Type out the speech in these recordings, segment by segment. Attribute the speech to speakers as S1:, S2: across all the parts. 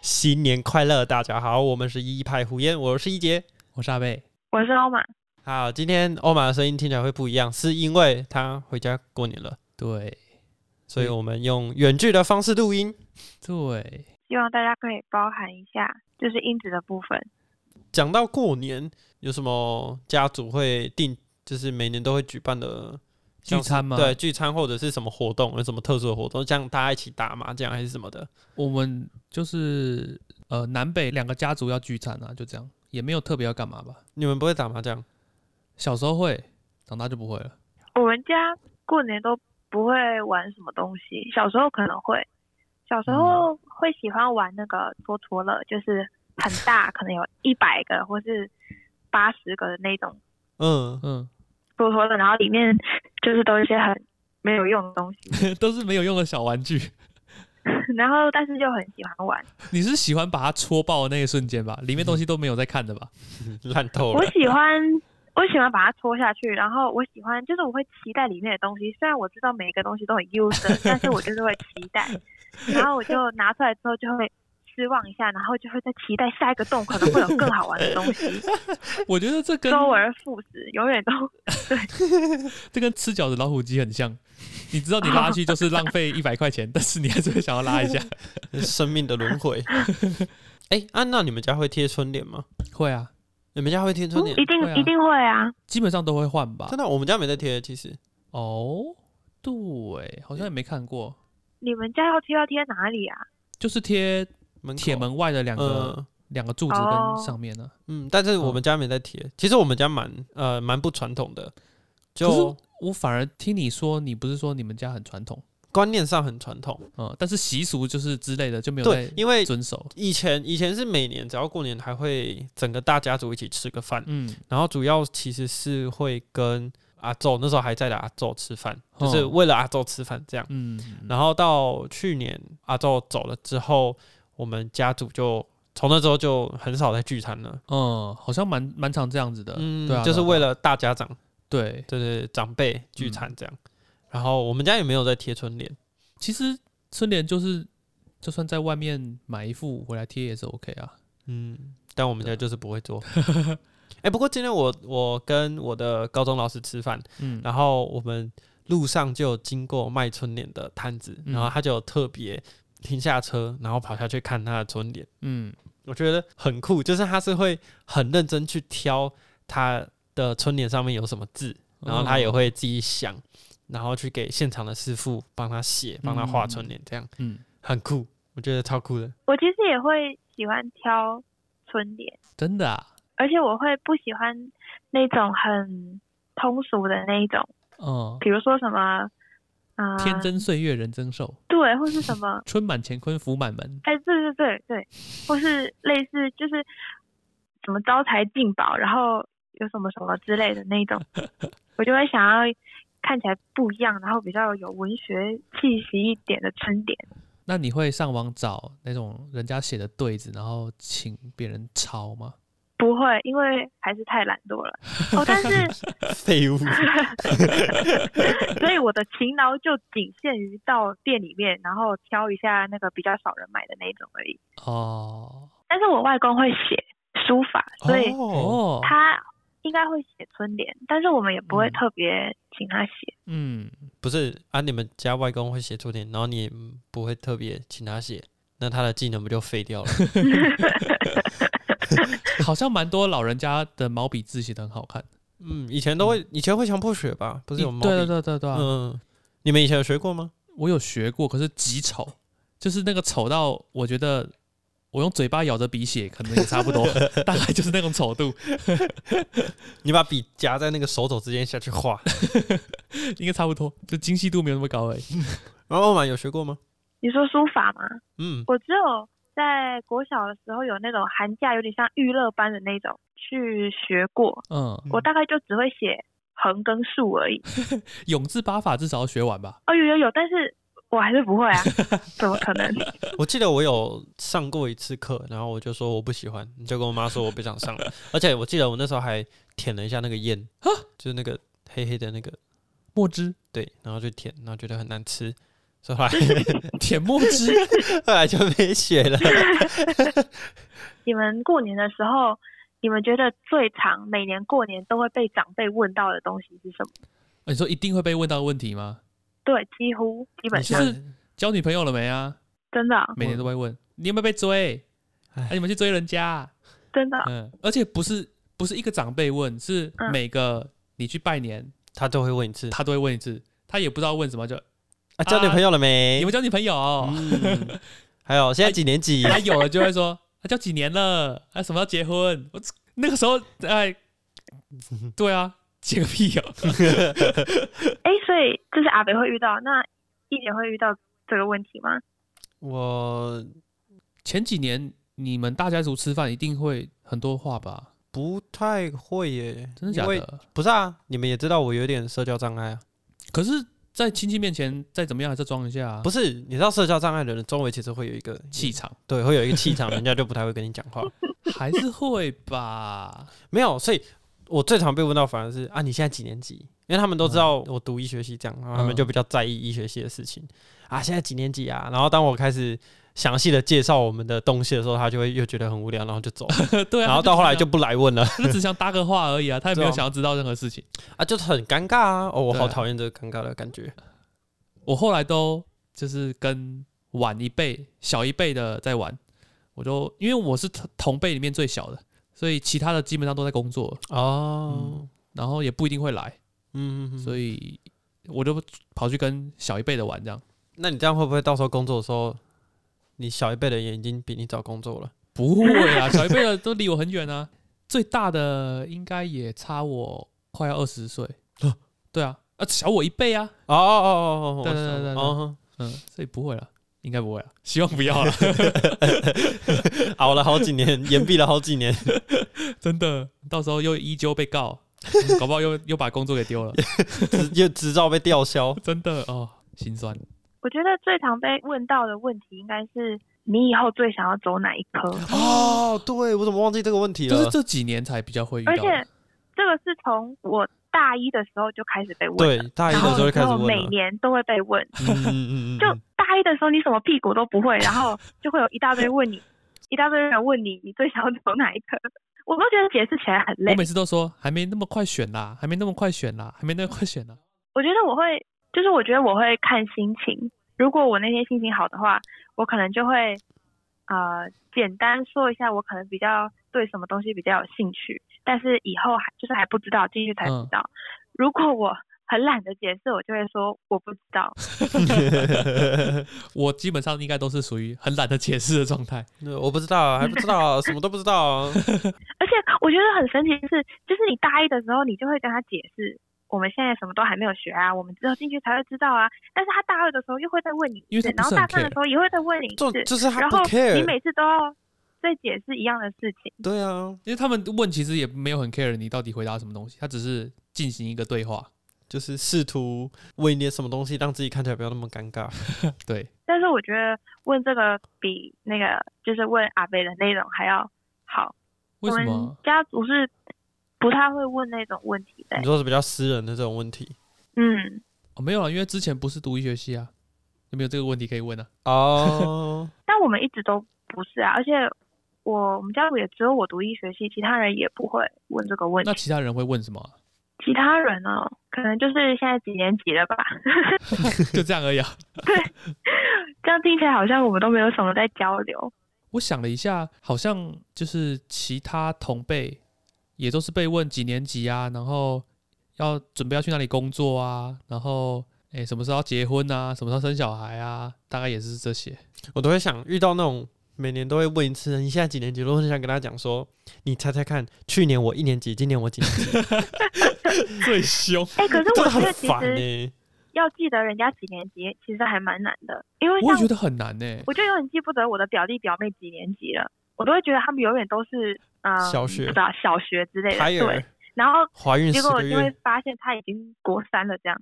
S1: 新年快乐，大家好，我们是一派胡言，我是一杰。
S2: 我是阿贝，
S3: 我是欧玛，
S1: 好，今天欧玛的声音听起来会不一样，是因为他回家过年了，
S2: 对
S1: 所以
S2: 嗯
S1: 我们用远距的方式录音。
S2: 对，
S3: 希望大家可以包含一下，就是音质的部分。
S1: 讲到过年，有什么家族会定，就是每年都会举办的
S2: 聚餐
S1: 吗？
S2: 吗？
S1: 对，，聚餐或者是什么活动，有什么特殊的活动，像大家一起打麻将还是什么的。
S2: 我们就是呃南北两个家族要聚餐啊，就这样，也没有特别要干嘛吧。
S1: 你们不会打麻将？
S2: 小时候会，长大就不会了。
S3: 我们家过年都不会玩什么东西，小时候可能会，小时候会喜欢玩那个戳戳乐，就是很大，可能有一百个或是八十个的那种
S1: 嗯，
S2: 嗯，
S3: 戳戳乐，然后里面就是都是一些很没有用的东 西，
S2: 都是没有用的小玩具。
S3: 然后但是就很喜欢玩。
S2: 你是喜欢把它戳爆的那一瞬间吧？里面东西都没有在看的吧？
S1: 烂透
S3: 我
S1: 了。
S3: 喜欢，我喜欢把它戳下去，然后我喜欢，就是我会期待里面的东西。虽然我知道每一个东西都很 user，但是我就是会期待，然后我就拿出来之后就会失望一下，然后就会再期待下一个洞可能会有更好玩的东西，
S2: 我觉得这 跟
S3: 周而复始，永远都
S2: 这跟吃饺子老虎机很像。你知道你拉去就是浪费一百块钱， 但是你还是会想要拉一下。
S1: 生命的轮回。哎、安、娜，你们家会贴春联吗？
S2: 会啊，
S1: 你们家会贴春联？
S3: 一定、
S2: 会啊
S3: 一定会啊。
S2: 基本上都会换吧
S1: 真。的，我们家没在贴。其实
S2: 哦，对，好像也没看过，
S3: 你们家要贴要贴哪里啊？
S2: 就是贴
S1: 门口
S2: 铁，门外的两个
S1: 嗯
S2: 两个柱子
S3: 哦
S2: 跟上面呢、
S1: 嗯，但是我们家没在
S2: 嗯
S1: 贴。其实我们家蛮呃蛮不传统的，就
S2: 可我反而听你说，你不是说你们家很传统，
S1: 观念上很传统。
S2: 嗯，但是习俗就是之类的就没有
S1: 对，
S2: 在
S1: 因为
S2: 遵守。
S1: 以前以前是每年只要过年还会整个大家族一起吃个饭，
S2: 嗯，
S1: 然后主要其实是会跟阿昼那时候还在的阿昼吃饭，
S2: 哦
S1: 就是为了阿昼吃饭这样。
S2: 嗯，
S1: 然后到去年阿昼走了之后，我们家族就从那之后就很少再聚餐了。
S2: 嗯，好像蛮蛮常这样子的，
S1: 嗯，
S2: 对啊，
S1: 就是
S2: 对啊
S1: 为了大家长，
S2: 对。
S1: 对对对长辈聚
S2: 嗯
S1: 餐这样。然后我们家也没有在贴春联，
S2: 其实春联就是，就算在外面买一副回来贴也是 OK 啊。
S1: 嗯，但我们家就是不会 做。哎、不过今天我我跟我的高中老师吃饭，
S2: 嗯，
S1: 然后我们路上就有经过卖春联的摊子，
S2: 嗯
S1: 然后他就有特别停下车，然后跑下去看他的春联。
S2: 嗯，
S1: 我觉得很酷，就是他是会很认真去挑他的春联上面有什么字，
S2: 哦
S1: 然后他也会自己想，然后去给现场的师傅帮他写、帮他画春联，这样
S2: 嗯，
S1: 很酷，我觉得超酷的。
S3: 我其实也会喜欢挑春联。
S2: 真的啊，
S3: 而且我会不喜欢那种很通俗的那一种，
S2: 嗯，
S3: 比如说什么，啊、
S2: 天真岁月人增寿，，
S3: 对，或是什么
S2: 春满乾坤福满门。
S3: 哎，对对对对，或是类似就是什么招财进宝，然后有什么什么之类的那种，我就会想要看起来不一样，然后比较有文学气息一点的春联。
S2: 那你会上网找那种人家写的对子，然后请别人抄吗？
S3: 不会，因为还是太懒惰了。哦，但是，
S1: 废物，
S3: 所以我的勤劳就仅限于到店里面，然后挑一下那个比较少人买的那种而已。
S2: 哦
S3: 但是我外公会写书法，所以
S1: 哦，
S2: 哦，
S3: 他应该会写春联，但是我们也不会
S2: 嗯
S3: 特别请他写。
S2: 嗯，
S1: 不是啊，你们家外公会写春联，然后你也不会特别请他写，那他的技能不就废 掉了？
S2: 好像蛮多老人家的毛笔字写的很好看。
S1: 嗯，以前都会，以前会强迫学吧，不是 有毛笔？
S2: 对对对对对啊、
S1: 嗯，你们以前有学过吗？
S2: 我有学过，可是极丑，就是那个丑到我觉得我用嘴巴咬着笔写，可能也差不 多，大概就是那种丑度，
S1: 你把笔夹在那个手肘之间下去 画，
S2: 应该差不多，就精细度没有那么高而已。
S1: 然后嘛哦有学过吗？
S3: 你说书法吗？
S1: 嗯，
S3: 我只有在国小的时候有那种寒假有点像娱乐班的那种去学过，
S2: 嗯，
S3: 我大概就只会写横跟竖而已。
S2: 永字八法至少要学完吧？
S3: 哦，有有有，但是我还是不会啊，怎么可能？
S1: 我记得我有上过一次课，然后我就说我不喜欢，就跟我妈说我不想上了。而且我记得我那时候还舔了一下那个烟，就是那个黑黑的那个，
S2: 墨汁
S1: 对，然后就舔，然后觉得很难吃，所以后来
S2: 甜墨汁
S1: 后来就没写了。
S3: 你们过年的时候，你们觉得最常每年过年都会被长辈问到的东西是什么？
S2: 呃你说一定会被问到的问题吗？
S3: 对，几乎基本
S1: 你
S3: 上
S1: 现在
S2: 交女朋友了没啊？
S3: 真的啊
S2: 每年都会问你有没有被追，
S1: 哎
S2: 哎，你们去追人家啊、
S3: 真的啊
S2: 嗯，而且不是不是一个长辈问，是
S3: 嗯
S2: 每个你去拜年，
S1: 他都会问一次
S2: 他都会问一次，他也不知道问什么，就
S1: 啊，交女朋友了没
S2: 你？们交女朋友，
S1: 嗯， 还有现在几年级？
S2: 他有了就会说 他交几年了，啊，什么时候结婚？我那个时候 哎，对啊，结个屁哦，
S3: 哎、所以这是阿北会遇到，那一姐会遇到这个问题吗？
S1: 我
S2: 前几年你们大家族吃饭一定会很多话吧？
S1: 不太会耶，
S2: 真的假
S1: 因为
S2: 的？
S1: 不是啊，你们也知道我有点社交障碍啊。
S2: 可是，在亲戚面前再怎么样还是装一下、啊，
S1: 不
S2: 是
S1: 是，你知道社交障碍的人周围其实会有一个
S2: 气，场，
S1: 对，会有一个气场，人家就不太会跟你讲话。
S2: 还是会 吧？
S1: 没有，所以我最常被问到反而是啊，你现在几年级？因为他们都知道我读医学系这样，然后他们就比较在意医学系的事情啊，现在几年级啊？然后当我开始详细的介绍我们的东西的时候，他就会又觉得很无聊，然后就走，
S2: 对啊，
S1: 然后到后来就不来问了
S2: 他就只想搭个话而已啊，他也没有想要知道任何事情。
S1: 啊，就很尴尬啊！哦，我
S2: 对啊
S1: 好讨厌这个尴尬的感觉。
S2: 我后来都就是跟晚一辈、小一辈的在玩，我就因为我是同同辈里面最小的，所以其他的基本上都在工作，
S1: 哦，
S2: 然后也不一定会来，
S1: 嗯，嗯
S2: 所
S1: 以
S2: 以我就跑去跟小一辈的玩这样。
S1: 那你这样会不会到时候工作的时候，你小一辈的也已经比你早工作了？
S2: 不会啊，小一辈的都离我很远啊。最大的应该也差我快要二十岁，对啊，啊小我一倍啊，
S1: 哦哦哦哦哦，
S2: 对对对对对
S1: 哦，
S2: 嗯，所以不会了，应该不会了， 希望不要了，
S1: 熬了好几年， 延毕了好几年，
S2: 真的，到时候又依旧被告，搞不好又又把工作给丢了，
S1: 执又执照被吊销。
S2: 真的哦，心酸。
S3: 我觉得最常被问到的问题应该是你以后最想要走哪一科，
S1: 哦，对，我怎么忘记这个问题
S2: 就是
S1: 了？
S2: 这几年才比较会遇到
S3: 而，且这个是从我大一的时候就开始被问
S1: 对
S3: 了，，
S1: 大一
S3: 然
S1: 的
S3: 后
S1: 时候就开始
S3: 之后
S1: 问
S3: 每
S1: 了。
S3: 年都会被问，
S1: 嗯嗯嗯嗯
S3: 就大一的时候你什么屁股都不会，然后就会有一大堆 问你，一大堆人问你你最想要走哪一科，我都觉得解释起来很累
S2: 我。每次都说还没那么快选啦，还没那么快选啦，还没那么快选啦。
S3: 我觉得我会，就是我觉得我会看心情。如果我那天心情好的话，我可能就会呃简单说一下我可能比较对什么东西比较有兴趣，但是以后还就是还不知道，进去才知
S2: 嗯
S3: 道。如果我很懒得解释，我就会说我不知道。
S1: 嗯
S2: 我基本上应该都是属于很懒得解释的状态，
S1: 嗯，我不知道啊，还不知道啊，什么都不知道啊。
S3: 而且我觉得很神奇的是，就是你大一的时候，你就会跟他解释。我们现在什么都还没有学啊，我们之后进去才会知道啊。但是他大二的时候又会再问你
S2: 因
S3: 一
S2: 为他不
S3: 次，然后
S2: 是
S3: 大
S2: 很
S3: 三的
S2: care
S3: 时候也会再问你一
S1: 就
S3: 次，
S1: 就是他
S3: 然
S1: 不
S3: 后你
S1: care，
S3: 每次都要再解释一样的事情。
S1: 对啊，
S2: 因为他们问其实也没有很 care 你到底回答什么东西，他只是进行一个对话。
S1: 就是试图问一点什么东西，让自己看起来不要那么尴尬。
S2: 对，
S3: 但是我觉得问这个比那个就是问阿贝的那种还要好。
S2: 为
S3: 我
S2: 什
S3: 们
S2: 么？
S3: 家族是不太会问那种问题的、
S1: 你说是比较私人的这种问题
S3: 嗯，
S2: 哦，没有啊，因为之前不是读医学系啊，有没有这个问题可以问啊？
S1: 哦，
S3: 但我们一直都不是啊，而且我我们家族也只有我读医学系，其他人也不会问这个问
S2: 那
S3: 题。
S2: 其他人会问什么啊、
S3: 其他人呢，可能就是现在几年级了吧？
S2: 就这样而已啊。
S3: 这样听起来好像我们都没有什么在交流。
S2: 我想了一下，好像就是其他同辈也都是被问几年级啊，然后要准备要去哪里工作啊，然后诶什么时候要结婚啊，什么时候生小孩啊，大概也是这些。
S1: 我都会想遇到那种每年都会问一次，你现在几年级？我很想跟他讲说，你猜猜看，去年我一年级，今年我几年级？
S2: 最凶，
S3: 哎、可是
S1: 真
S3: 我
S1: 的
S3: 觉得
S1: 很
S3: 其
S1: 烦欸呢、
S3: 实要记得人家几年级，其实还蛮难的，因为
S2: 我
S3: 像
S2: 也觉得很难欸呢、
S3: 我就有点记不得我的表弟表妹几年级了，我都会觉得他们永远都是呃
S1: 小学
S3: 不知道小学之类的，
S1: 胎
S3: 对
S1: 儿。
S3: 然后
S1: 怀孕
S3: 结
S1: 十
S3: 果我
S1: 个
S3: 就会
S1: 月，
S3: 发现他已经国三了，这样。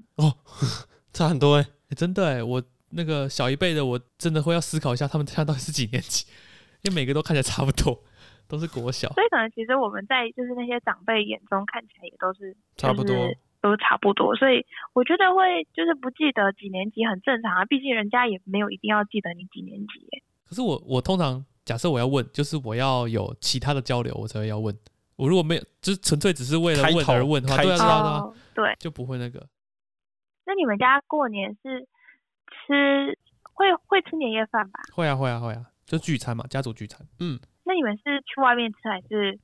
S1: 差很多哎、
S2: 欸真的哎、我那个小一辈的，我真的会要思考一下，他们现在到底是几年级， 因为每个都看起来差不多，都是国小。
S3: 所以可能其实我们在就是那些长辈眼中看起来也都是
S1: 差不多
S3: 就是都差不多，所以我觉得会就是不记得几年级很正常啊，毕竟人家也没有一定要记得你几年级耶。
S2: 可是我我通常假设我要问，就是我要有其他的交流，我才会要问。我如果没有，就是纯粹只是为了
S1: 开
S2: 问
S1: 头
S2: 而问的话，
S1: 开
S2: 对啊
S1: 知
S2: 对
S1: 头
S2: 啊对啊，
S3: 哦，对。
S2: 就不会那个。
S3: 那你们家过年是吃会会吃年夜饭吧？
S2: 会啊会啊会啊，就聚餐嘛，家族聚餐。
S3: 那你们是去外面吃还是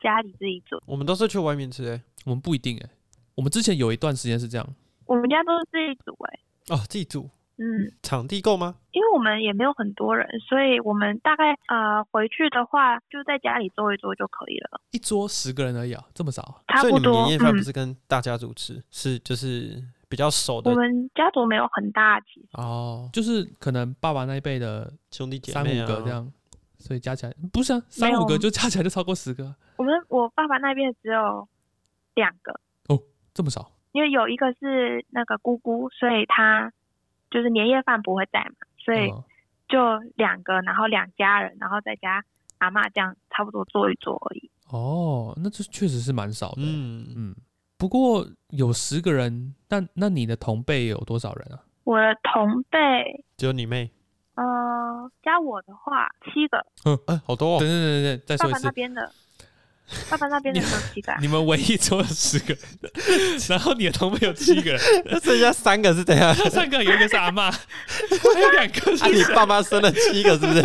S3: 家里自己做？
S1: 我们都是去外面吃、欸，
S2: 我们不一定哎、我们之前有一段时间是这样，
S3: 我们家都是自己煮哎、
S1: 哦，自己煮，
S3: 嗯，
S1: 场地够吗？
S3: 因为我们也没有很多人，所以我们大概呃回去的话就在家里坐一坐就可以了，
S2: 一桌十个人而已啊，这么少啊、
S3: 差
S1: 所以
S3: 不
S1: 你们
S3: 多。
S1: 年夜饭不
S3: 嗯，
S1: 是跟大家族吃，是就是比较熟的
S3: 我们家族没有很大，其实
S1: 哦，
S2: 就是可能爸爸那一辈的
S1: 兄弟姐
S2: 三
S1: 妹
S2: 五
S1: 啊，
S2: 个这样，所以加起来不是啊，
S3: 没
S2: 三
S3: 有
S2: 五个就加起来就超过十个啊，
S3: 我们我爸爸那边只有两个，
S2: 这么少。
S3: 因为有一个是那个姑姑，所以她就是年夜饭不会在嘛，所以
S2: 嗯
S3: 就两个，然后两家人，然后再加阿嬷这样差不多坐一坐而已。
S2: 哦，那这确实是蛮少的欸、
S1: 嗯，
S2: 嗯，不过有十个人，那那你的同辈有多少人啊？
S3: 我的同辈，
S1: 只有你妹，
S3: 呃，加我的话七个，
S1: 哎、好多、哦，
S2: 等等等等，再
S3: 爸
S2: 说一
S3: 爸那
S2: 次，
S3: 边的，爸爸那边的有七个啊、
S2: 你们唯一只有十个人， 然后你的同辈有七个人，
S1: 那 剩下三个是怎 样？
S2: 那三个有一个是阿妈，还有两个
S1: 啊，
S2: 是
S1: 你爸妈生了七个是不 是？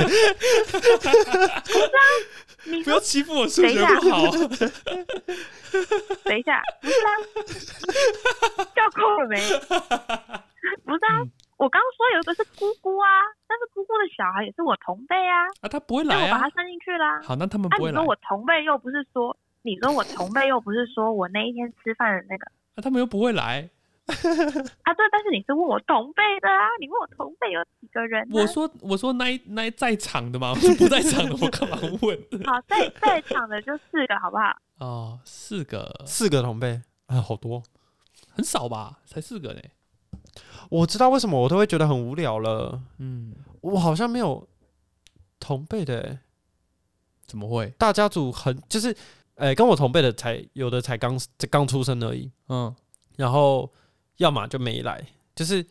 S3: 你
S2: 不
S3: 说
S2: 要欺负我数学
S3: 等
S2: 不
S3: 一下
S2: 好啊。
S3: 等一下，不是啊，叫够 了没？不是
S2: 嗯
S3: 啊，我刚说有一个是姑姑啊，但是姑姑的小孩也是我同辈啊，
S2: 啊，他不会
S3: 那
S2: 来
S3: 我把
S2: 啊
S3: 他。算进去啦、
S2: 好，那他们
S3: 啊，
S2: 不会
S3: 你
S2: 来
S3: 说，我同辈又不是说，你说我同辈又不是说我那一天吃饭的那个
S2: 啊，他们又不会来。
S3: 啊，对，但是你是问我同辈的啊，你问我同辈有几个人、啊？
S2: 我说，我说那一那一在场的嘛，我说不在场的，我干嘛问？
S3: 好，在在场的就四个，好不好？
S2: 哦，四个
S1: 四个同辈啊，好多。
S2: 很少吧，才四个呢。
S1: 我知道为什么我都会觉得很无聊了，
S2: 嗯，
S1: 我好像没有同辈的、欸，
S2: 怎么会？
S1: 大家族很就是，呃、跟我同辈的才有的才刚刚出生而已，
S2: 嗯，
S1: 然后要么就没来，就是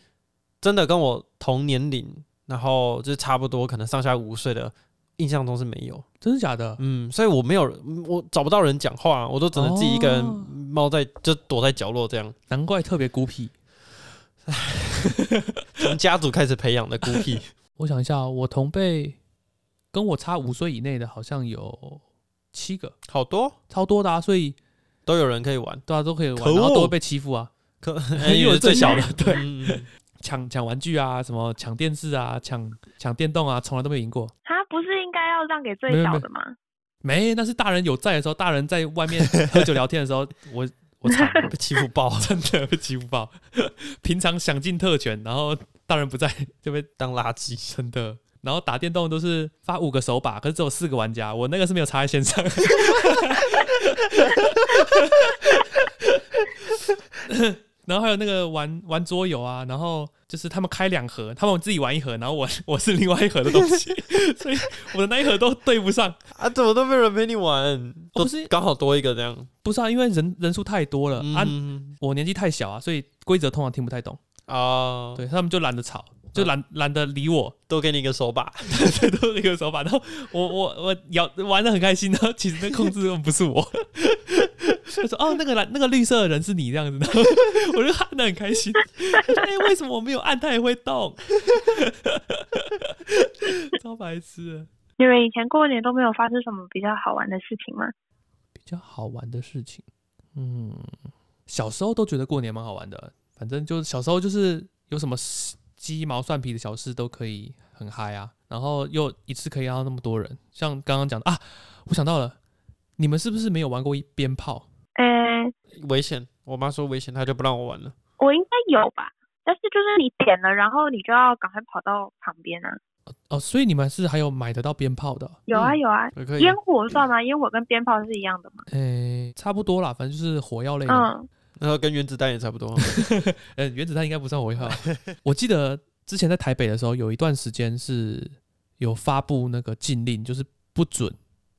S1: 真的跟我同年龄，然后就是差不多可能上下五岁的，印象中是没有，
S2: 真的假的？
S1: 嗯，所以我没有我找不到人讲话，我都只能自己一个人
S2: 哦
S1: 猫在就躲在角落这样，
S2: 难怪特别孤僻。
S1: 从家族开始培养的孤 僻，
S2: 我想一下哦，我同辈跟我差五岁以内的，好像有七个，
S1: 好多
S2: 超多的啊，所以
S1: 都有人可以玩，
S2: 大家都可以玩，
S1: 可恶
S2: 然后都会被欺负啊，
S1: 可
S2: 因为
S1: 我
S2: 我
S1: 是最小的，
S2: 对
S1: 嗯，嗯嗯
S2: 抢抢玩具啊，什么抢电视啊，抢抢电动啊，从来都没有赢过。
S3: 他不是应该要让给
S2: 没
S3: 最
S2: 有
S3: 小
S2: 没
S3: 的吗？
S2: 没，那是大人有在的时候，大人在外面喝酒聊天的时候， 我我惨了，
S1: 被欺负爆，
S2: 真的被欺负爆。 平常想尽特权，然后大人不在 就被
S1: 当垃圾，
S2: 真的。然后打电动都是发五个手把，可是只有四个玩家，我那个是没有插在线上。 然后还有那个玩玩桌游啊，然后就是他们开两盒，他们自己玩一盒，然后我我是另外一盒的东西， 所以我的那一盒都对不上。
S1: 啊，怎么都没有人陪你玩，
S2: 哦
S1: 都
S2: 不是
S1: 刚好多一个这样，
S2: 不是啊，因为人人数太多了、啊，
S1: 嗯
S2: 我年纪太小啊，所以规则通常听不太懂。
S1: 啊，
S2: 对他们就懒得吵，就懒懒得理我，
S1: 多给你一个手把，
S2: 对，都是一个手法。然后 我我我摇玩的很开心，然后其实那控制根本不是我，就说哦那个蓝那个绿色的人是你这样子，然后我就按的很开心。我说哎、为什么我没有按它也会动？超白痴的。
S3: 你们以前过年都没有发生什么比较好玩的事情吗？
S2: 比较好玩的事情，嗯，小时候都觉得过年蛮好玩的，反正就是小时候就是有什么鸡毛蒜皮的小事都可以很嗨啊，然后又一次可以让到那么多人，像刚刚讲的啊，我想到了，你们是不是没有玩过一鞭炮？
S3: 嗯、
S1: 危险，我妈说危险，她就不让我玩了。
S3: 我应该有吧，但是就是你点了，然后你就要赶快跑到旁边啊。
S2: 哦，所以你们是还有买得到鞭炮的？
S3: 有啊
S1: 嗯
S3: 有啊，
S1: 也可以
S3: 烟火算吗？烟火跟鞭炮是一样的吗？
S2: 诶、差不多啦，反正就是火药类的。
S3: 嗯，
S1: 然后跟原子弹也差不多。
S2: 嗯，原子弹应该不算火药。 我记得之前在台北的时候，有一段时间是有发布那个禁令，就是不准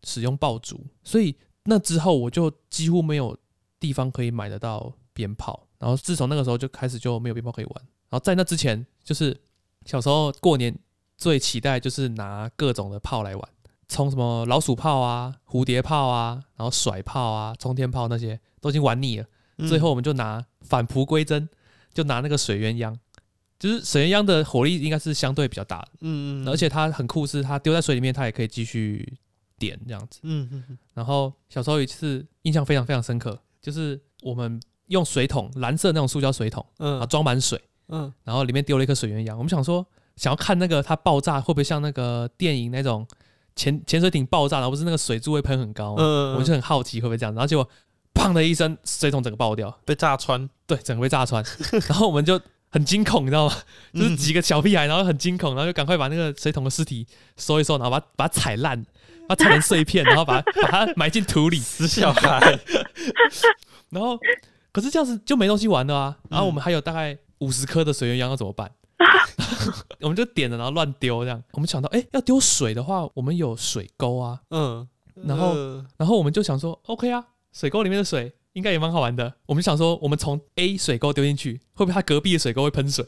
S2: 使用爆竹，所以那之后我就几乎没有地方可以买得到鞭炮，然后自从那个时候就开始就没有鞭炮可以玩。然后在那之前，就是小时候过年最期待就是拿各种的炮来玩，从什么老鼠炮啊、蝴蝶炮啊，然后甩炮啊、冲天炮那些都已经玩腻了。
S1: 嗯
S2: 最后我们就拿返璞归真，就拿那个水鸳鸯，就是水鸳鸯的火力应该是相对比较大的，
S1: 嗯，嗯嗯，
S2: 而且它很酷，是它丢在水里面，它也可以继续点这样子。
S1: 嗯嗯嗯
S2: 然后小时候有一次印象非常非常深刻，就是我们用水桶，蓝色那种塑胶水桶啊，
S1: 嗯
S2: 装满水，
S1: 嗯
S2: 然后里面丢了一颗水鸳鸯。我们想说，想要看那个它爆炸会不会像那个电影那种潜潜水艇爆炸，然后不是那个水柱会喷很高吗？
S1: 嗯，
S2: 我们就很好奇会不会这样，然后结果砰的一声，水桶整个爆掉。
S1: 被炸穿，
S2: 对，整个被炸穿， 然后我们就很惊恐，你知道吗？就是几个小屁孩，然后很惊恐，然后就赶快把那个水桶的尸体收一收，然后把它把它踩烂，把它踩成碎片，然后把它把它埋进土里，
S1: 死小孩，
S2: 然后可是这样子就没东西玩了啊。然后我们还有大概五十颗的水鸳鸯要怎么办？我们就点了，然后乱丢这样。我们想到，哎、要丢水的话，我们有水沟啊，
S1: 嗯，
S2: 然后
S1: 呃
S2: 然后我们就想说，OK 啊，水沟里面的水应该也蛮好玩的。我们想说，我们从 A 水沟丢进去，会不会它隔壁的水沟会喷水？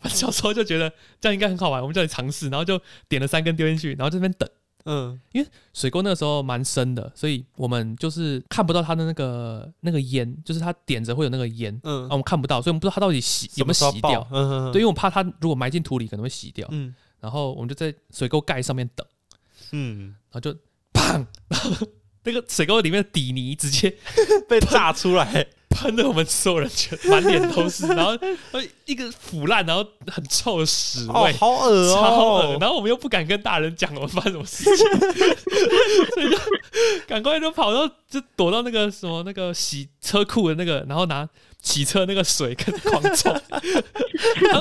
S2: 反正小时候就觉得这样应该很好玩，我们就来尝试，然后就点了三根丢进去，然后这边等。
S1: 嗯
S2: 水沟那个时候蛮深的，所以我们就是看不到它的那个那个烟，就是它点着会有那个烟，
S1: 嗯
S2: 啊，我，们看不到，所以我们不知道它到底洗
S1: 什
S2: 有没有
S1: 么时候
S2: 洗
S1: 爆
S2: 掉。
S1: 嗯，嗯
S2: 对，因为，我怕它如果埋进土里可能会洗掉，
S1: 嗯
S2: 然后我们就在水沟盖上面等。
S1: 嗯
S2: 然后就砰， 然后那个水沟里面的底泥直接
S1: 嗯，被炸出来，
S2: 喷的我们所有人全满脸都是，然后呃一个腐烂，然后很臭的屎
S1: 哦
S2: 味，，
S1: 好恶
S2: 超恶。
S1: 哦，
S2: 然后我们又不敢跟大人讲我们发生什 么事情，所以就赶快就跑到就躲到那个什么那个洗车库的那个，然后拿洗车那个水跟狂冲，然后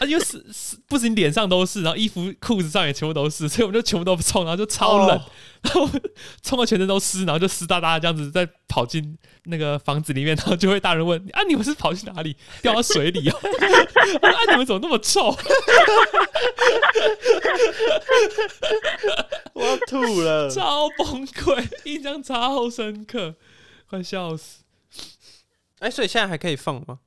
S2: 啊因为是是不仅脸上都是，然后衣服裤子上也全部都是，所以我们就全部都冲，然后就超冷
S1: 哦，
S2: 然后冲到全身都湿，然后就湿哒哒这样子，再跑进那个房子里面，然后就会大人问啊，你们是跑去哪里？掉到 水里哦？他说啊，你们怎么那么臭？
S1: 我要吐了，
S2: 超崩溃， 印象超深刻，快笑死！
S1: 哎，所以现在还可以放吗？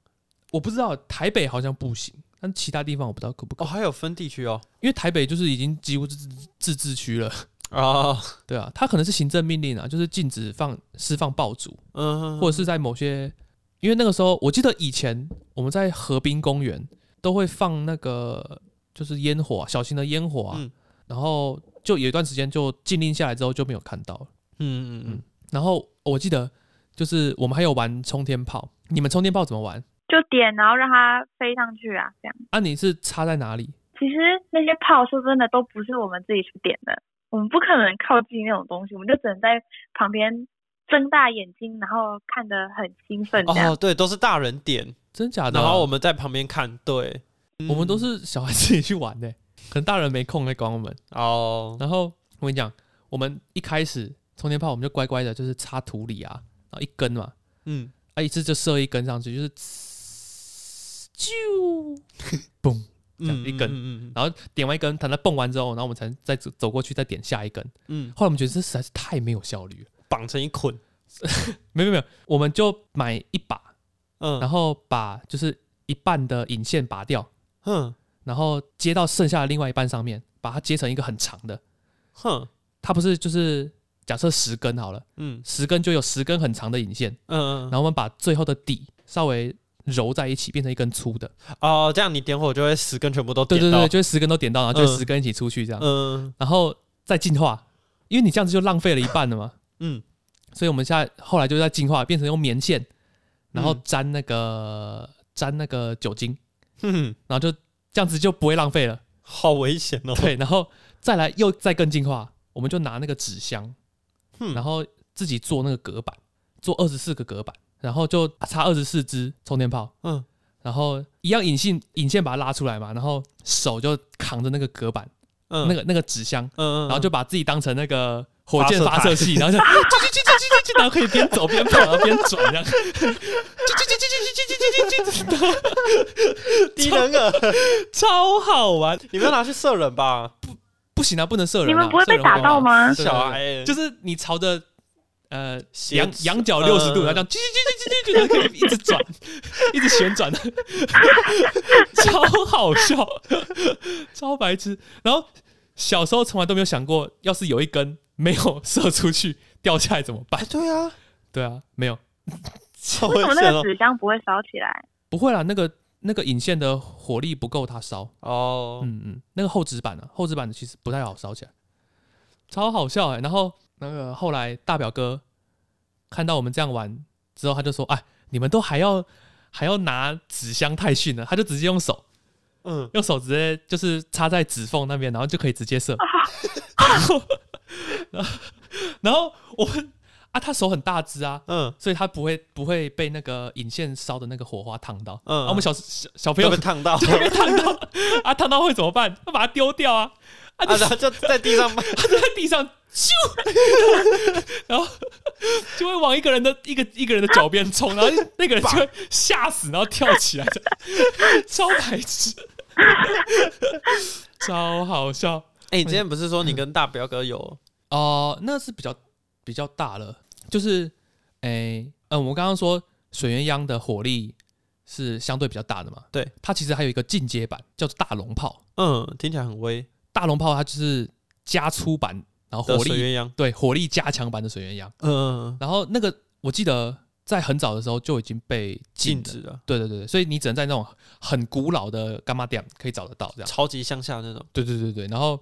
S2: 我不知道台北好像不行，但其他地方我不知道可不可
S1: 哦，
S2: 以，
S1: 还有分地区哦，
S2: 因为台北就是已经几乎是自自治区了，
S1: 哦，
S2: 对啊，它可能是行政命令啊，就是禁止放释放爆竹，
S1: 嗯，
S2: 或者是在某些，因为那个时候我记得以前我们在河滨公园都会放那个就是烟火啊、小型的烟火啊，
S1: 嗯
S2: 然后就有一段时间就禁令下来之后就没有看到了。
S1: 嗯嗯嗯，
S2: 然后呃我记得就是我们还有玩冲天炮，你们冲天炮怎么玩？
S3: 就点，然后让它飞上去啊，这样。
S2: 啊，你是插在哪里？
S3: 其实那些炮说真的都不是我们自己去点的，我们不可能靠近那种东西，我们就只能在旁边睁大眼睛，然后看得很兴奋这样。
S1: 哦，对，都是大人点，
S2: 真假的啊、
S1: 然后我们在旁边看，对，
S2: 我们都是小孩自己去玩的、可能大人没空来管我们。
S1: 哦，
S2: 然后我跟你讲，我们一开始冲天炮，我们就乖乖的，就是插土里啊，然后一根嘛，
S1: 嗯，
S2: 啊一次就射一根上去，就是呲啾，嘣，
S1: 嗯
S2: 样一根
S1: 嗯嗯
S2: 然后点完一根，等它蹦完之后，然后我们才再走走过去再点下一根。
S1: 嗯，嗯
S2: 后来我们觉得这实在是太没有效率了，
S1: 绑成一捆，
S2: 没有没有，我们就买一把，
S1: 嗯，
S2: 然后把就是一半的引线拔掉。
S1: 哼
S2: 然后接到剩下的另外一半上面，把它接成一个很长的。
S1: 哼，
S2: 它不是就是假设十根好了，
S1: 嗯
S2: 十根就有十根很长的引线，
S1: 嗯，
S2: 然后我们把最后的底稍微揉在一起，变成一根粗的。
S1: 哦，这样你点火就会十根全部都
S2: 对
S1: 点
S2: 对
S1: 到
S2: 对，，就是十根都点到，然后就
S1: 嗯
S2: 十根一起出去这样，
S1: 嗯
S2: 然后再进化，因为你这样子就浪费了一半了嘛。
S1: 嗯，
S2: 所以我们现在后来就在进化，变成用棉线，然后
S1: 嗯
S2: 沾那个、沾那个酒精，
S1: 哼，
S2: 然后就这样子就不会浪费了。
S1: 好危险 哦，
S2: 对，然后再来又再更进化，我们就拿那个纸箱，
S1: 嗯
S2: 然后自己做那个隔板，做二十四个隔板，然后就插二十四支充电炮，
S1: 嗯
S2: 然后一样引线引线把它拉出来嘛，然后手就扛着那个隔板，
S1: 嗯，
S2: 那个那个纸箱，
S1: 嗯，嗯，
S2: 然后就把自己当成那个火箭
S1: 发
S2: 发
S1: 射
S2: 射器，然后 就啾啾啾啾啾啾啾，然后可以边走边跑，然后边转这样，啾啾啾啾啾啾啾啾啾 啾，
S1: 低能儿，
S2: 超好玩。
S1: 你们要拿去射人吧，
S2: 不行啊，不能射人、啊。
S3: 你们不会
S2: 射
S3: 被
S2: 人会
S3: 打
S2: 干
S1: 啊
S3: 到
S2: 嘛
S1: 哎
S3: 吗？
S2: 对
S1: 小孩，
S2: 就是是你朝着呃
S1: 斜
S2: 仰仰角六十
S1: 呃
S2: 度，然后这样叽叽叽叽叽，就可以一直转， 一直旋转的， 超好笑，超白痴。然后小时候从来都没有想过，要是有一根没有射出去掉下来怎么办？
S1: 对啊，
S2: 对啊，没有，
S1: 超
S3: 为
S1: 危
S3: 什么那
S1: 险
S3: 个
S1: 哦。
S3: 纸箱不会烧起来？
S2: 不会啦，那个那个引线的火力不够它烧。
S1: 哦，
S2: 嗯嗯，那个厚纸板啊，厚纸板其实不太好烧起来，超好笑哎、然后那个后来大表哥看到我们这样玩之后，他就说：“哎，你们都还要还要拿纸箱太训了。”他就直接用手
S1: 嗯，
S2: 用手直接就是插在指缝那边，然后就可以直接射。 然后然后我们啊，他手很大只啊，
S1: 嗯，
S2: 所以他不会不会被那个引线烧的那个火花烫到。
S1: 嗯
S2: 啊，我们小小小朋
S1: 不要
S2: 友
S1: 被烫 到，
S2: 被烫到啊，烫到会怎么办？要把它丢掉啊！
S1: 啊，
S2: 啊，就
S1: 然后就在地 上，
S2: 它就在地上咻，然后就会往一个人的一个一个人的脚边冲，然后那个人就会吓死，然后跳起来，超 白痴，超好笑
S1: 哎，你之前不是说你跟大表哥有
S2: 哦、那是比较比较大了，就是诶，嗯，我们刚刚说水鸳鸯的火力是相对比较大的嘛，
S1: 对，
S2: 它其实还有一个进阶版叫做大龙炮。
S1: 嗯，听起来很威
S2: 大龙炮它就是加粗版，然后
S1: 的
S2: 火
S1: 水
S2: 力
S1: 鸳鸯，
S2: 对火力加强版的水鸳鸯。
S1: 嗯，
S2: 然后那个我记得在很早的时候就已经被禁
S1: 禁
S2: 了，
S1: 止啊了，
S2: 对对对对，所以你只能在那种很古老的干妈店可以找得到这样。
S1: 超级乡下那种，
S2: 对对对对，然后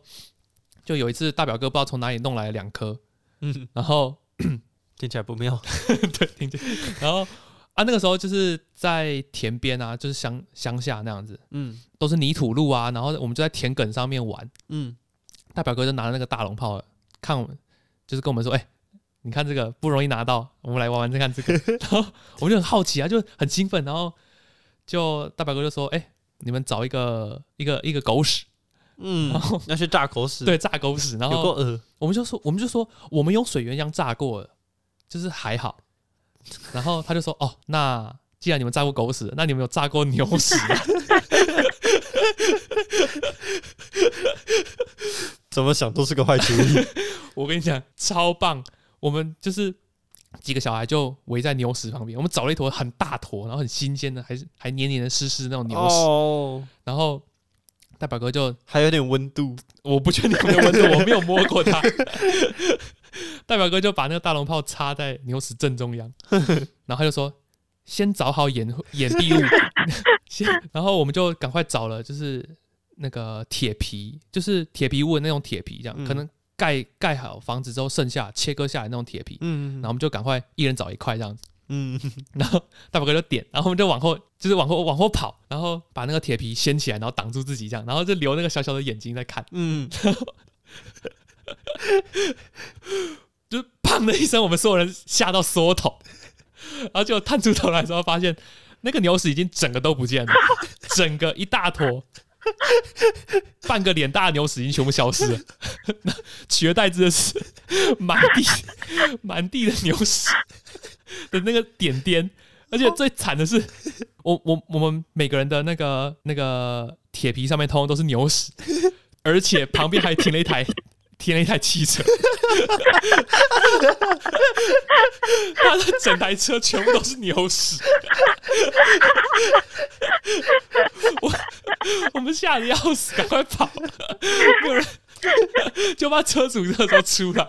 S2: 就有一次大表哥不知道从哪里弄来了两颗，
S1: 嗯，
S2: 然后
S1: 听起来不妙，
S2: 对，听见，然后啊那个时候就是在田边啊，就是乡乡下那样子，
S1: 嗯
S2: 都是泥土路啊，然后我们就在田埂上面玩。
S1: 嗯，
S2: 大表哥就拿着那个大龙炮看我们，就是跟我们说：“哎、你看这个不容易拿到，我们来玩玩 看这个。”然后我们就很好奇啊，就很兴奋，然后就大表哥就说：“哎、你们找一个一个一个狗屎，
S1: 嗯
S2: 然后，
S1: 要去炸口屎，，
S2: 对，炸狗屎。”然
S1: 有
S2: 后
S1: 够恶，
S2: 我们就说，我们就说我们用水鸳鸯炸过了，就是还好。然后他就说：“哦，那既然你们炸过狗屎，那你们有炸过牛屎吗？”
S1: 怎么想都是个坏 主意，
S2: 我跟你讲，超棒！我们就是几个小孩就围在牛屎旁边，我们找了一坨很大坨，然后很新鲜的，还是还黏黏的、湿湿的那种牛屎。
S1: 哦，
S2: 然后大表哥就，
S1: 还有点温度，
S2: 我不确定有没有温度， 我没有摸过它。大表哥就把那个大龙炮插在牛屎正中央， 然后他就说：“先找好掩掩蔽物。” 先，然后我们就赶快找了，就是那个铁皮，就是铁皮屋的那种铁皮，这样、
S1: 嗯
S2: 可能盖盖好房子之后剩下切割下来那种铁皮，
S1: 嗯
S2: 然后我们就赶快一人找一块这样子，
S1: 嗯，
S2: 然后大表哥就点，然后我们就往后就是往后往后跑，然后把那个铁皮掀起来，然后挡住自己这样，然后就留那个小小的眼睛在看，
S1: 嗯，
S2: 就是砰的一声，我们所有人吓到缩头， 然后就探出头来之后发现那个牛屎已经整个都不见了， 整个一大坨。半个脸大的牛屎已经全部消失了， 取而代之的是满地 满地的牛屎的那个点点，而且最惨的是，我我我们每个人的那个那个铁皮上面通通都是牛屎，而且旁边还停了一台停了一台汽车，他的整台车全部都是牛屎，我我们吓得要死，赶快跑，没有人。就把车主这时候出来，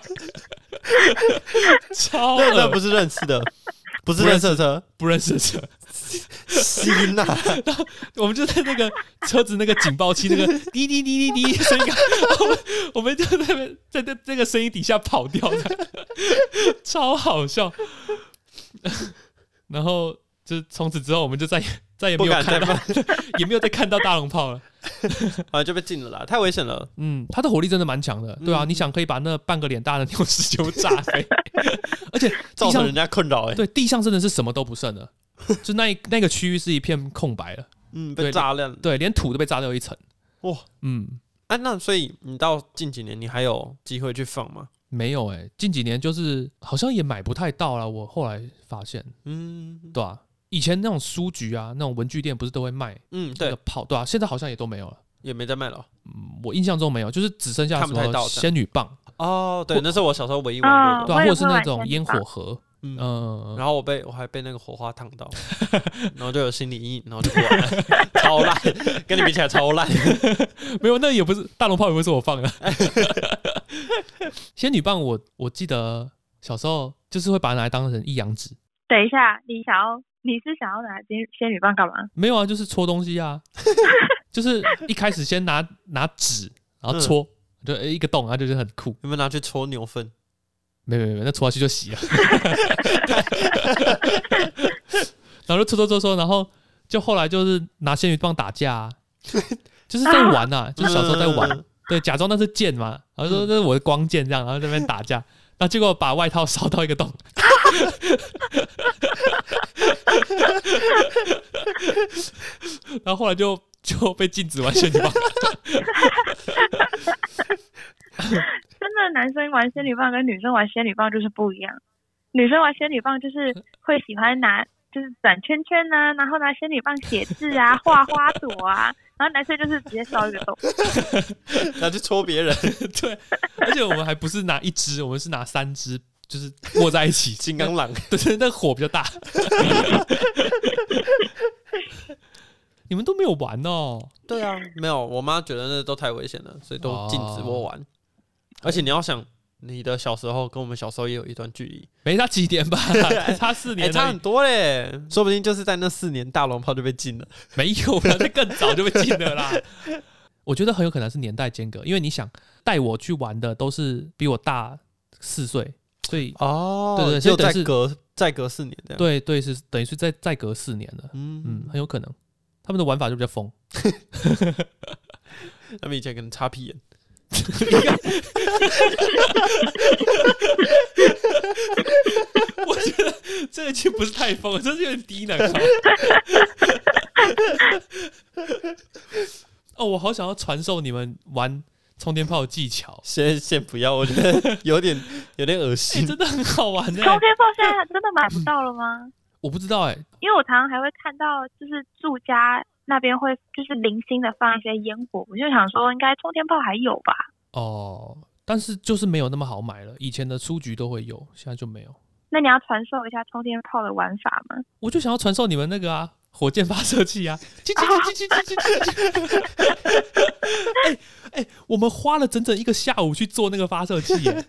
S2: 超
S1: 那
S2: 恶
S1: 那不是认识的，嗯不是认识的车，
S2: 不认识的车，
S1: 吸纳，
S2: 我们就在那个车子那个警报器 那个滴滴滴滴滴声音， 我们我们就在那边在在这个声音底下跑掉的，超好笑。 然后就从此之后，我们就再也再也没
S1: 不
S2: 有
S1: 敢
S2: 看
S1: 再
S2: 到
S1: 放，，
S2: 也没有再看到大龙炮了。
S1: 啊，就被禁了啦，太危险了，
S2: 嗯，它的火力真的蛮强的，对啊，
S1: 嗯
S2: 你想可以把那半个脸大的牛屎球炸 飞，而且
S1: 造
S2: 地
S1: 成人
S2: 上
S1: 家困扰，哎，
S2: 对地上真的是什么都不剩了，就那一那个区域是一片空白了，
S1: 嗯，被
S2: 对
S1: 炸烂了，
S2: 对，连土都被炸掉一层。
S1: 哇，
S2: 嗯，
S1: 啊，那所以你到近几年，你还有机会去放吗？
S2: 没有哎、近几年就是好像也买不太到了。我后来发现，
S1: 嗯
S2: 对啊，以前那种书局啊，那种文具店不是都会卖
S1: 嗯，
S2: 那
S1: 对
S2: 个，炮，对啊，现在好像也都没有了。
S1: 也没在卖了。
S2: 嗯，我印象中没有，就是只剩下
S1: 看
S2: 什
S1: 不太
S2: 么
S1: 到这样
S2: 仙女棒，
S1: 哦，对，
S2: 或
S1: 那是我小时候唯一玩过
S3: 嗯
S1: 的。
S2: 对、啊，或
S3: 我也
S2: 者是
S3: 会
S2: 那
S3: 玩
S2: 种
S3: 仙
S2: 烟
S3: 女棒
S2: 火盒，
S1: 嗯，
S2: 嗯，
S1: 然后我被我还被那个火花烫 到，然后就有心理阴影，然后就不玩 了，超烂，跟你比起来超烂。
S2: 没有，那也不是大龙炮，也不是我放的。 仙女棒我，我记得小时候就是会把它拿来当成一阳指，
S3: 等一下，你想要你是想要拿仙仙女棒干嘛？
S2: 没有啊，就是戳东西啊， 就是一开始先拿拿纸，
S1: 嗯
S2: 然后戳，就呃诶一个洞，然后就觉得很酷。
S1: 你们拿去搓牛粪，
S2: 没有没有没有，那戳下去就洗了，然后就戳戳戳戳，然后就后来就是拿仙女棒打架、啊，就是在玩呐、啊，就是小时候在玩。
S1: 嗯
S2: 对，假装那是剑嘛，然后说那是我的光剑这样，然后在那边打架，那结果把外套烧到一个洞，然后后来就就被禁止玩仙女棒，
S3: 真的男生玩仙女棒跟女生玩仙女棒就是不一样。女生玩仙女棒就是会喜欢拿，就是转圈圈呢、然后拿仙女棒写字啊、画花朵啊，然后男生就是直接烧一个洞。
S1: 拿去搓别人，
S2: 对，而且我们还不是拿一只，我们是拿三只，就是握在一起，
S1: 金刚狼。
S2: 对对，那火比较大。你们都没有玩哦，
S1: 对啊，没有，我妈觉得那都太危险了，所以都禁止我玩。而且你要想，你的小时候跟我们小时候也有一段距离，
S2: 没差几 年吧，差四
S1: 哎、
S2: 年而已，
S1: 差很多嘞，说不定就是在那四年大龙炮就被禁了。
S2: 没有啦，那更早就被禁了啦。 我觉得很有可能是年代间隔，因为你想带我去玩的都是比我大四岁，所以
S1: 哦
S2: 对对所以
S1: 就
S2: 等于
S1: 再
S2: 是
S1: 隔再隔四年这样。，
S2: 对对是等于是再再隔四年了，嗯
S1: 嗯，，
S2: 很有可能他们的玩法就比较疯，
S1: 他们以前可能擦屁眼，
S2: 我觉得这已经不是太疯了，这是有点低能啊了。哦，我好想要传授你们玩冲天炮的技巧，
S1: 先先不要，我觉得有点有点恶
S2: 哎、
S1: 心。
S2: 真的很好玩呢、
S3: 嗯冲天炮现在真的买不到了吗？
S2: 我不知道哎、
S3: 因为我常常还会看到，就是住家那边会就是零星的放一些烟火，我就想说应该冲天炮还有吧。
S2: 哦，但是就是没有那么好买了。以前的书局都会有，现在就没有。
S3: 那你要传授一下冲天炮的玩法吗？
S2: 我就想要传授你们那个啊，火箭发射器啊！去去去去去去去去！ 哎哎，我们花了整整一个下午去做那个发射器耶，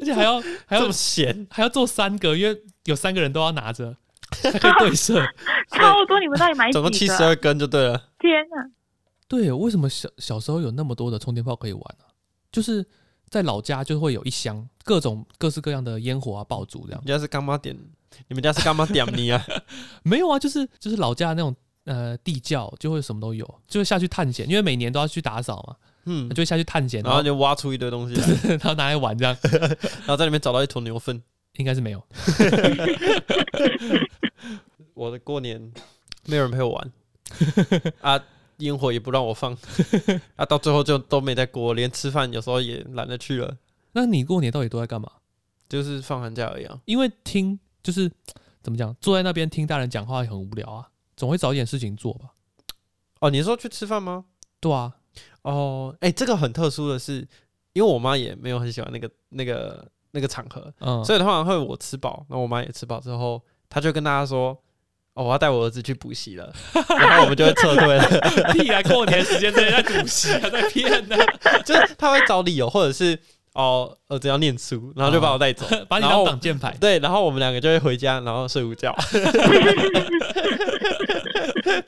S2: 而且还要
S1: 这
S2: 还要
S1: 么闲，
S2: 还要做三个，因为有三个人都要拿 着才可以对射。
S3: 超多，你们到底买几
S1: 总
S3: 个
S1: 共七十二
S3: 啊？
S1: 根就对了。
S3: 天啊！
S2: 对，为什么小小时候有那么多的冲天炮可以玩呢、就是在老家就会有一箱各种各式各样的烟火啊、爆竹这样
S1: 你。家是干妈点，你们家是干妈点你 啊？
S2: 没有啊，就是就是老家那种呃地窖，就会什么都有，就会下去探险，因为每年都要去打扫嘛，
S1: 嗯，
S2: 就会下去探险，
S1: 然
S2: 然
S1: 后
S2: 后
S1: 就挖出一堆东西来，
S2: 然后拿来玩这样，
S1: 然后在里面找到一坨牛粪。
S2: 应该是没有。
S1: 我的过年没有人陪我 玩啊，烟火也不让我放啊，到最后就都没再过，连吃饭有时候也懒得去了，
S2: 那你过年到底都在干嘛？
S1: 就是放寒假而已啊。
S2: 因为听就是怎么讲，坐在那边听大人讲话也很无聊啊，总会找一点事情做吧。
S1: 哦，你是说去吃饭吗？
S2: 对啊，
S1: 哦，哎、这个很特殊的是，因为我妈也没有很喜欢那个那个那个场合，
S2: 嗯，
S1: 所以通常会我吃饱，那我妈也吃饱之后，她就跟大家说。哦，我要带我儿子去补习了， 然后我们就会撤退了。
S2: 屁啊！过年时间真的在赌席啊，在骗呢、
S1: 就是她会找理由，或者是哦，儿子要念书，然后就把我带走，
S2: 把你
S1: 然
S2: 当
S1: 后
S2: 挡箭牌。
S1: 对，然后我们两个就会回家，然后睡午觉，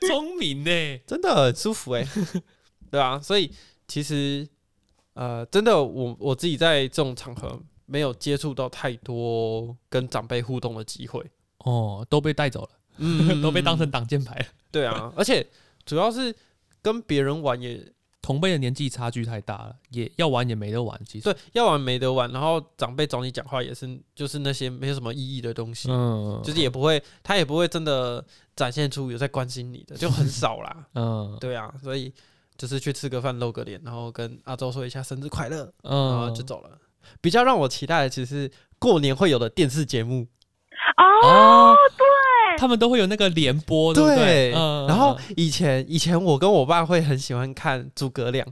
S2: 聪明呢、
S1: 真的很舒 服哎、对啊，所以其实呃，真的我我自己在这种场合没有接触到太多跟长辈互动的机会，
S2: 哦，都被带走了，
S1: 嗯
S2: 都被当成挡箭牌了。
S1: 对啊，而且主要是跟别人玩也
S2: 同辈的年纪差距太大了，也要玩也没得玩，其 实。
S1: 对，要玩没得玩，然后长辈找你讲话也是就是那些没有什么意义的东西，
S2: 嗯，
S1: 就是也不会他也不会真的展现出有在关心你的，就很少啦。
S2: 嗯
S1: 对啊，所以就是去吃个饭露个脸，然后跟阿周说一下生日快乐，然后
S2: 嗯，
S1: 啊就走了。比较让我期待的其实是过年会有的电视节目，
S3: 哦，
S2: 哦，对，他们都会有那个联播，对不对？嗯，
S1: 然后以前以前我跟我爸会很喜欢看诸葛亮，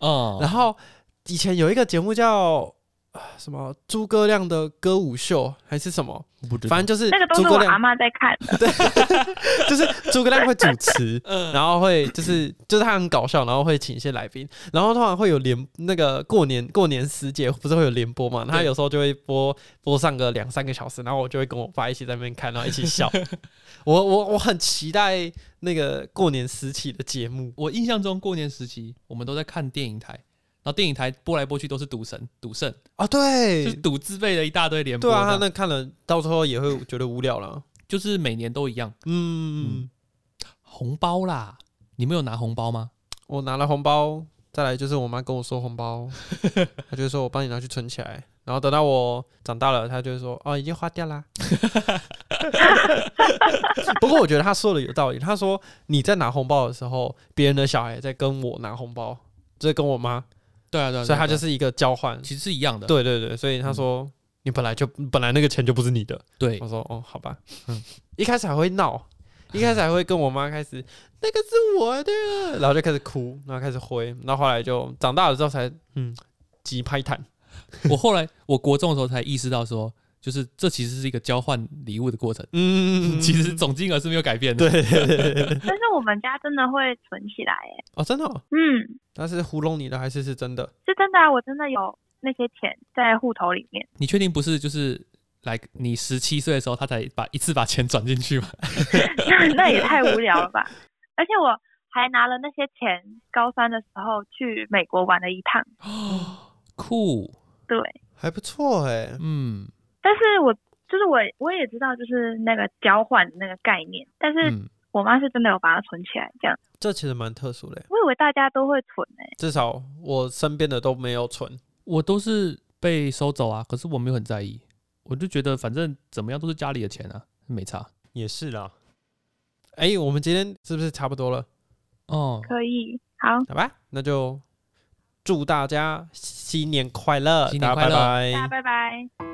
S2: 嗯，
S1: 然后以前有一个节目叫啊什么诸葛亮的歌舞秀还是什么，
S4: 不知道
S1: 反正就是
S3: 那个都
S1: 诸
S3: 是
S1: 葛
S3: 我阿
S1: 亮，
S3: 妈在看的，
S1: 就是 诸葛亮会主持，
S2: 嗯，
S1: 然后会就是就是他很搞笑，然后会请一些来宾，然后通常会有联那个过年过年时节不是会有联播嘛，他有时候就会播播上个两三个小时，然后我就会跟我爸一起在那边看，然后一起 笑。我我我很期待那个过年时期的节目，
S2: 我印象中过年时期我们都在看电影台，然后电影台播来播去都是赌神、赌圣，
S1: 啊，
S2: 就是
S1: 对
S2: 赌字辈的一大哦堆联播
S1: 对
S2: 这
S1: 啊，
S2: 样。
S1: 他那看了到时候也会觉得无聊了。
S2: 就是每年都一样。
S1: 嗯，
S2: 红包啦，你们有拿红包吗？
S1: 我拿了红包，再来就是我妈跟我收红 包，她就说我帮你拿去存起来，然后等到我长大了，她就会说哦已经花掉 啦。不过我觉得她说的有道理，她说你在拿红包的时候，别人的小孩在跟我拿红包，就是跟我妈，
S2: 对啊，对啊，
S1: 所以她
S2: 对
S1: 就
S2: 啊
S1: 是一个交换。嗯
S2: 其实是一样的。
S1: 嗯对对对，所以她说、你本来就本来那个钱就不是你的，
S2: 对
S1: 我，说哦，好吧。 一开始还会闹，一开始还会跟我妈开始，那个是我 的，然后就开始哭，然后开始挥，然后后来就长大了之后才嗯，急拍坦。
S2: 我后来我国中的时候才意识到说，就是这其实是一个交换礼物的过程，
S1: 嗯
S2: 其实总金额是没有改变的。
S1: 对对对对对
S3: 但是我们家真的会存起来，哎，
S1: 哦，真的、哦，
S3: 嗯，
S1: 他是糊弄你的还是是真的？
S3: 是真的啊，我真的有那些钱在户头里面，
S2: 你确定不是就是来你十七岁的时候他才把一次把钱转进去 吗？
S3: 那 那也太无聊了吧！而且我还拿了那些钱，高三的时候去美国玩了一趟，
S2: 酷，
S3: 对，
S1: 还不错哎、
S2: 嗯
S3: 但是我就是我我也知道就是那个交换的那个概念，但是
S2: 嗯，
S3: 我妈是真的有把它存起来，这样，
S1: 这其实蛮特殊的欸、
S3: 我以为大家都会存哎、
S1: 至少我身边的都没有存。
S2: 我都是被收走啊，可是我没有很在意，我就觉得反正怎么样都是家里的钱啊，没差。
S4: 也是啦，
S1: 哎、我们今天是不是差不多了？
S2: 哦，
S3: 可以，好，
S1: 好吧，那就祝大家新年快乐，
S2: 新年
S1: 大家
S2: 快乐
S1: 拜
S3: 大家
S1: 拜
S3: 拜拜。